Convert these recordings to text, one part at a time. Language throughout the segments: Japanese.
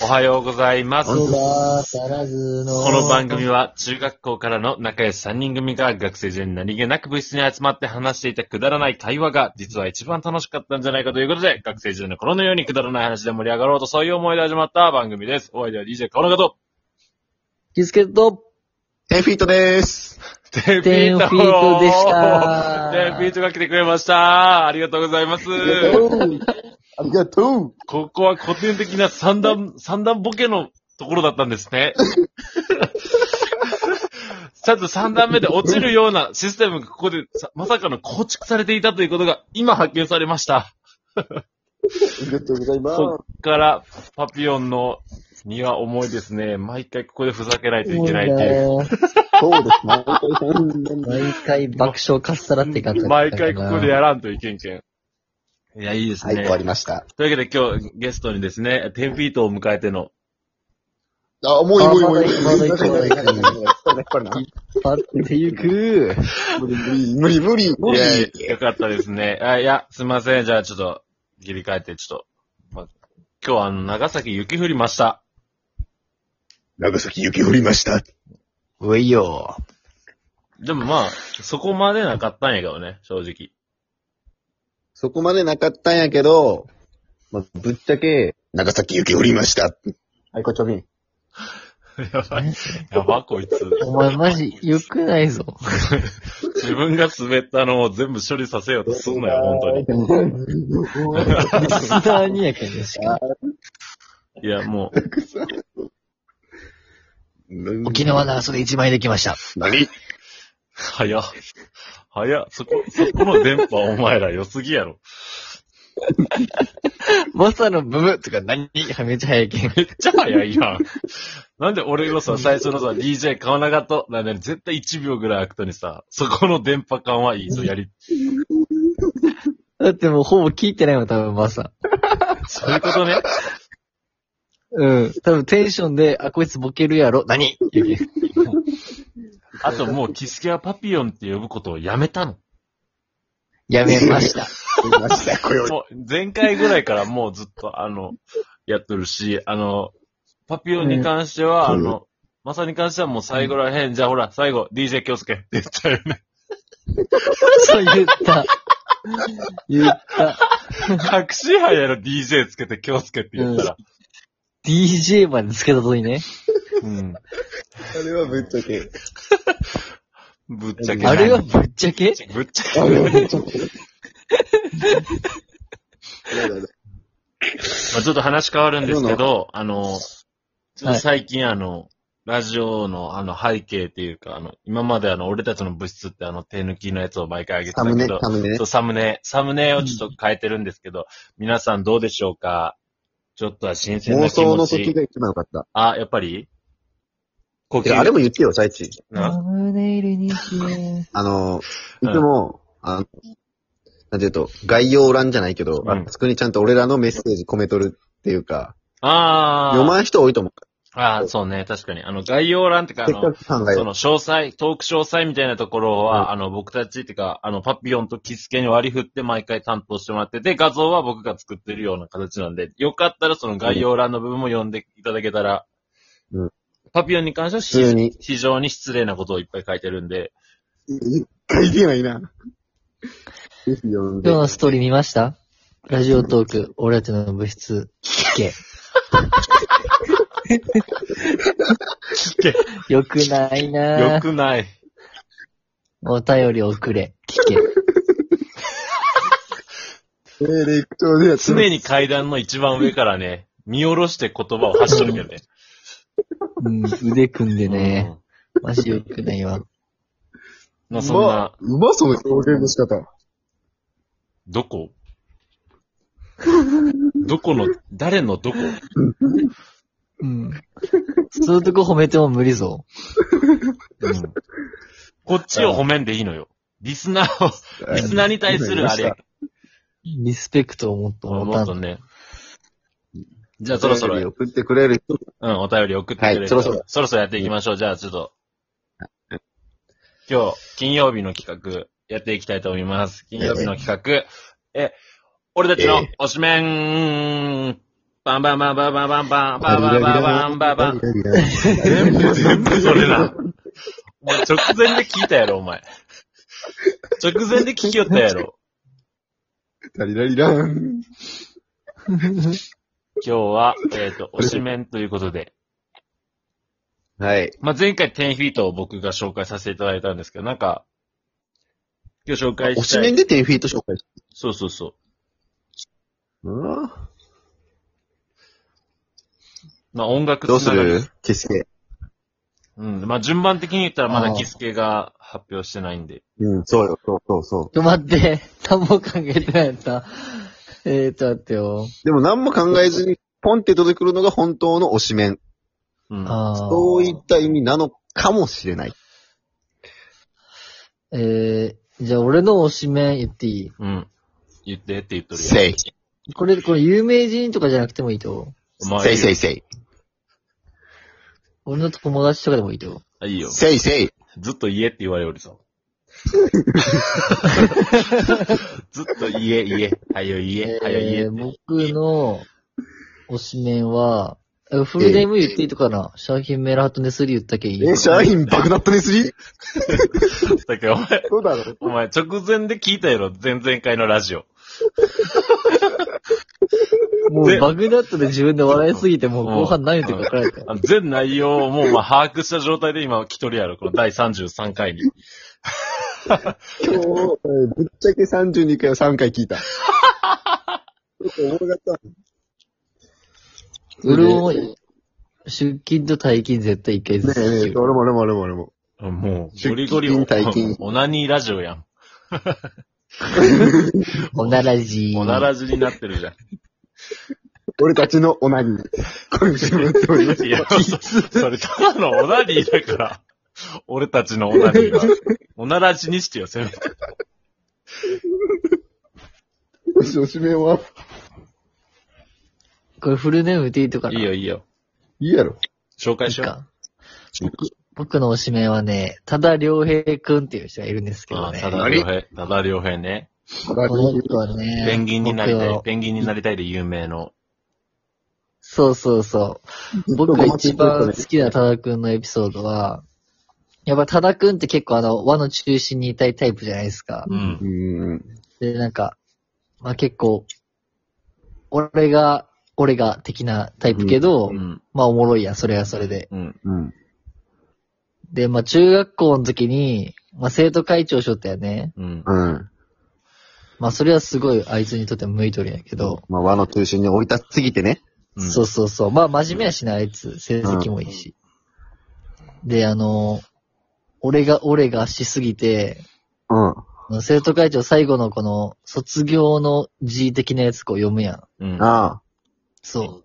おはようございます。こんこばからずの。の番組は中学校からの仲良し3人組が学生時代に何気なく部室に集まって話していたくだらない会話が実は一番楽しかったんじゃないかということで、学生時代の頃のようにくだらない話で盛り上がろうとそういう思いで始まった番組です。お相手は DJ 顔の方と、キスケット、テンフィートでーす。テン10フィートでした。テンフィートが来てくれました。ありがとうございます。ありがとう。ここは古典的な三 段、三段ボケのところだったんですね。さず三段目で落ちるようなシステムがここでさまさかの構築されていたということが今発見されました。ありがとうございます。こっからパピオンの荷は重いですね。毎回ここでふざけないといけないっていう。そうですね。本当にそんなに毎回爆笑かっさらって感じだっ毎たから回なここでやらんといけんけん。いや、いいですはい、ね。終わりました。というわけで今日ゲストにですね、10フィートを迎えてのあ、もういい、もういい、もういい。まだいいまだいいまだいいパッてゆく。無理、無理、無理、無理。いやいよかったですね。あいや、すいません。じゃあ、ちょっと、切り替えて、ちょっと、まあ、今日はあの、長崎雪降りました。長崎雪降りました。ういよ。でもまあ、そこまでなかったんやけどね、正 直。そこまでなかったんやけど、まあ、ぶっちゃけ、長崎雪降りました。はい、こちょびん。やばい。やば、こいつ。お前マジ、よくないぞ。自分が滑ったのを全部処理させようとすんなよ、本当に。リスナーにやけんね、しかもいや、もに沖縄の遊び一枚できました。何う、早っ。早っ。そこ、そこの電波お前ら良すぎやろ。マサのブブとか何めっちゃ早いけん。めっちゃ早いやん。なんで俺がさ、最初のさ、DJ 顔長と、なんで絶対1秒ぐらい空くとにさ、そこの電波感はいいぞ、やりだってもうほぼ聞いてないもん、多分マサ。そういうことね。うん。多分テンションで、あ、こいつボケるやろ。何言うけんあともう、キスケはパピヨンって呼ぶことをやめたの。やめました。降りました、これを。もう、前回ぐらいからもうずっと、あの、やっとるし、あの、パピヨンに関しては、あうんの、マサに関してはもう最後らへん、じゃあほら、最後、DJ 京介って言った よね。そう言った。言った。隠し派やろ、DJ つけて京介って言ったら。 DJ までつけたときね。うん。あれはぶっちゃけ。ぶっちゃけ。あれはぶっちゃけぶっちゃあけ。れはぶっちゃけ。やだやだまあ、ちょっと話変わるんですけどど、あの、ちょっはとい最近、あの、ラジオのあの背景っていうか、あの、今まであの、俺たちの部室ってあの、手抜きのやつを毎回上げてサたムネけ、ど、サムネねそう、。サムネ、サムネをちょっと変えてるんですけど、皆さんどうでしょうかちょっとは新鮮妄な気想持の時ち。が一番良かった。あ、やっぱり呼いやあれも言ってよ、最中。なムネイルにしよ あの、いうんつも、あの、なんていうと、概要欄じゃないけど、うんあそこにちゃんと俺らのメッセージ込めとるっていうか、あ読まん人多いと思う。あ。ああ、そうね、確かに。あの、概要欄ってか、あせっのか、く考えそる。の詳細、トーク詳細みたいなところは、あの、僕たちっていうか、あの、パピヨンとキスケに割り振って毎回担当してもらってて、画像は僕が作ってるような形なんで、よかったらその概要欄の部分も読んでいただけたら、うんパピヨンに関しては普通しに。非常に失礼なことをいっぱい書いてるんで、一回言えないな。ぜひ読ん今で日。のストーリー見ましたラジオトーク、俺たちの部室、聞け。聞よくないけ、よなぁ。くない。お便り送れ。聞け。えー、レクトでやってる。常に階段の一番上からね、見下ろして言葉を発してるけどね。うん、腕組んでね。マジよくないわ。うん。まあ、そんな、うまそうな表現の仕方。どこどこの、誰のどこうん。そういうとこ褒めても無理ぞ。うんこっちを褒めんでいいのよ。リスナーを、リスナーに対するあれや。リスペクトをもっと持もったんととね。じゃあそろそろ、うん、送ってくれる人。お便り送ってくれる、はいそろそろそろそろやっていきましょう。じゃあちょっと、今日、金曜日の企画、やっていきたいと思います。金曜日の企画、え、俺たちの推しメンバンバンバンバンバンバンバンバンバンバンバンバンバン。ダリダリダリ全部、全部それな。お前直前で聞いたやろ、お前。直前で聞きよったやろ。ダリダリダン。今日は、えっ、 と、推しメンということで。はい。まあ、前回10フィートを僕が紹介させていただいたんですけど、なんか、今日紹介おししためんい。で10フィート紹介しそうそうそう。うんまあ、音楽どうすつながりる消して。うん。まあ、順番的に言ったらまあだーキスケが発表してないんで。うん、そうよ、そうそうそう。と待って、 何も考えてないやった。えーと、待ってよ。でも何も考えずに、ポンって出てくるのが本当の推しメン。うん。あーそういった意味なのかもしれない。えー、じゃあ俺の推しメン言っていうん。言ってって言っとるやん。せい。いこれ、これ有名人とかじゃなくてもいいと。まあせいせいせい。俺の友達とかでもいいと。あいいよ。せいせい。ずっと言えって言われよりさ。 ずっと言え、言え。はよ言え、はよ言ええっー、て。僕の推しメンは、えフルネーム言っていいとかな、シャーヒンメラハトネスリー言ったけいいえ、社員爆なったねすぎだけどお前、そうだろ。お前直前で聞いたやろ。前々回のラジオ。もうバグだったで自分で笑いすぎて、もう後半何言ってるか分からないから。あの 全内容をもうまあ把握した状態で今来とるやろ。この第33回に。今日、えーぶっちゃけ32回を3回聞 いた。ちょっと重かった。うるおい。出勤と退勤絶対一回ずつねえねえ、俺も俺も俺も俺も。もう、出勤ゴリゴリ お退勤オナニーラジオやん。おならじー。おならじになってるじゃん。俺たちのオナニー。今週もやっております。 いや、それただのオナニーだから。俺たちのオナニーは。オナラジにしてよ、せめて。おしめは、これフルネーム言っていいとかないいよ、いいよ。いいやろ。紹い介いしよか。僕僕の推しメンはね、多田良平くんっていう人がいるんですう。けあどあ、ね。ただ良平、ただ良平ね。この人はね、ペンギンになりた僕いを、ペンギンになりたいで有名の。そうそうそう。僕が一番好きな多田くんのエピソードは、やっぱ多田くんって結構あの、輪の中心にいたいタイプじゃないですか。うんう。ん。で、なんか、まあ結構、俺が、俺が的なタイプけど、うん。まあおもろいやん、それはそれで。うん。うん。で、まあ中学校の時に、まあ生徒会長しよったよね。うん。うん。まあそれはすごいあいつにとって向いとるんやけど、まあ、輪の中心に置いたすぎてね。うんそうそうそう。まあ真面目やしな、あいつ。成績もいいし。で、あの、俺が、俺がしすぎて、うん。あの生徒会長最後のこの、卒業の字的なやつこう読むやん。うん。ああ。そう。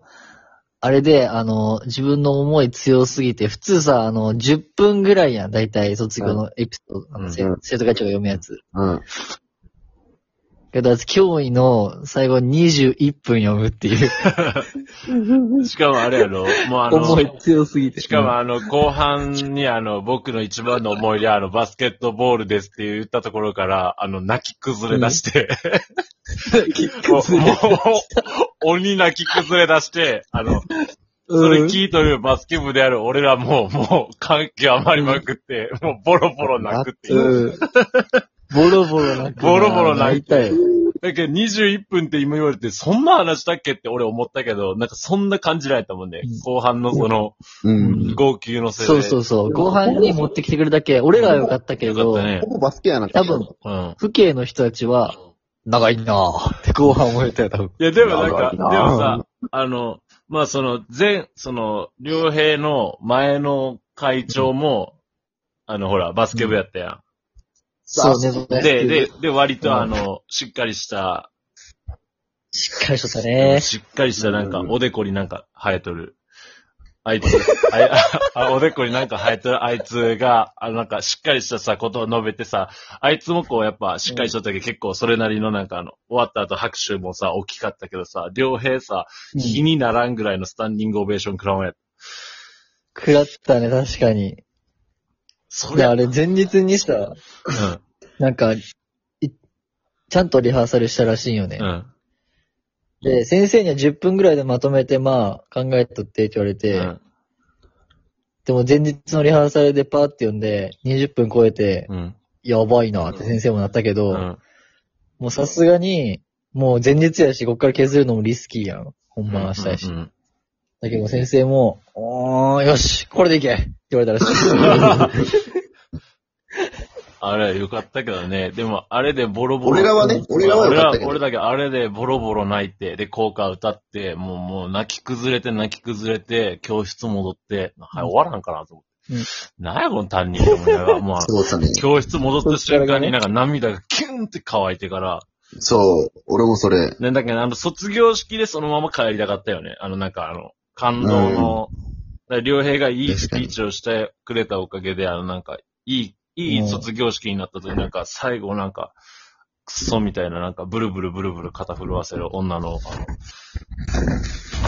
あれで、あの、自分の思い強すぎて、普通さ、あの、10分ぐらいやん、大体、卒業のエピソード、あのせうん生徒会長が読むやつ。うん。けど、あいつ脅威の最後21分読むっていう、しかもあれやろ、もう あの思、い強すぎて。しかもあの、後半にあの、僕の一番の思い出はあの、バスケットボールですって言ったところから、あの、泣き崩れ出して、もうもう 鬼泣き崩れ出して、あの、それ聞いとるバスケ部である俺らも、もう、感極まりまくって、もうボロボロ泣くっていう。うんボロボロ泣くな。ボロボロ泣いたよ。だけど21分って今言われて、そんな話したっけって俺思ったけど、なんかそんな感じられたもんねうん。後半のその、うん。号泣のせいで。そうそうそう。後半に持ってきてくるだけ、俺らは良かったけよかっど、たね。ほぼバスケやな。多分、うん。父兄の人たちは、長いなぁって後半思えたよ、多分。いや、でもなんか、長いでなもさ、あの、まあ、その、前、その、両平の前の会長も、あの、ほら、バスケ部やったやん。そうね、で、で、で、割とあの、しっかりした、しっかりしとった ね。しっかりしたなんか、うんおでこになんか生えとる。あいつ、あいあおでこになんか生えとるあいつが、あのなんかしっかりしたさ、ことを述べてさ、あいつもこうやっぱしっかりしとったけど、結構それなりのなんかあの、終わった後拍手もさ、大きかったけどさ、両平さ、気にならんぐらいのスタンディングオベーション食らわんやった。食らったね、確かに。そで、れ、あれ、前日にさ、うん、なんか、いちゃんとリハーサルしたらしいよね。うん、で、先生には10分ぐらいでまとめて、まあ、考えとってって言われて、うんでも前日のリハーサルでパーって読んで、20分超えて、うん。やばいなって先生もなったけど、うん。もうさすがに、もう前日やし、こっから削るのもリスキーやん。ほんま明日やし。うんうんだけど先生も、おー、よし、これでいけって言われたらしい。 あれ、よかったけどね。でも、あれでボロボロ。俺らはね俺らはよ俺かっらたけど俺だけあれでボロボロ泣いて、で、校歌歌って、もう、もう泣き崩れて、泣き崩れて、教室戻って、はい、終わらんかなと思って。うんなんや、この担任って思いながら。まあ、 そうだね。教室戻った瞬間にそなんか涙がキュンって乾いてから、そう、俺もそれ。ね、だけど、あの、卒業式でそのまま帰りたかったよね。あの、なんか、あの、感動の、だから両平がいいスピーチをしてくれたおかげで、あの、なんか、いい、いい卒業式になった時、なんか、最後、なんか、クソみたいな、なんか、ブルブルブルブル肩震わせる女の、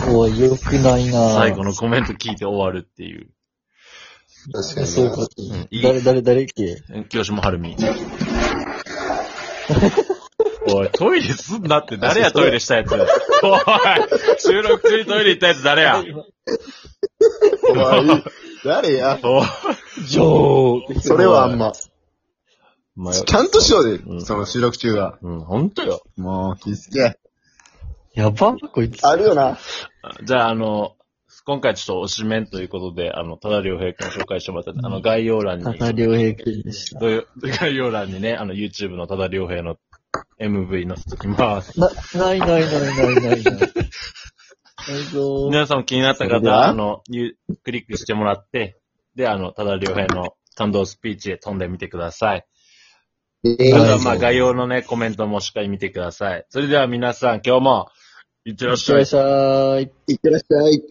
あ おい、よくないなの、ぁ最後のコメント聞いて終わるっていう。確かにな。そうかうん、い誰、誰、誰っけい、清島春美。 おい、トイレすんなって、誰やトイレしたやつ。おい、収録中にトイレ行ったやつ誰や。お前誰やおいジョーそれはあんま。まあちゃんとしろでう、んその収録中は。うん、ほんとよ。もう、気づけ。やばこいつ。あるよな。じゃあ、あの、今回ちょっとおしめんということで、あの、多田良平君を紹介してもらった、あの、概要欄に、ただ良平君でした。どういう概要欄にね、あの、YouTube の多田良平の MV 載せときます。な、ないないないない ないない。ないぞー。皆さんも気になったそれで方、はあの、ゆクリックしてもらって、で、あの、多田良平の感動スピーチで飛んでみてください。えそえれでは、まあ、概要のね、コメントもしっかり見てください。それでは皆さん、今日も、いってらっしゃいい。らっしゃい。いってらっしゃい。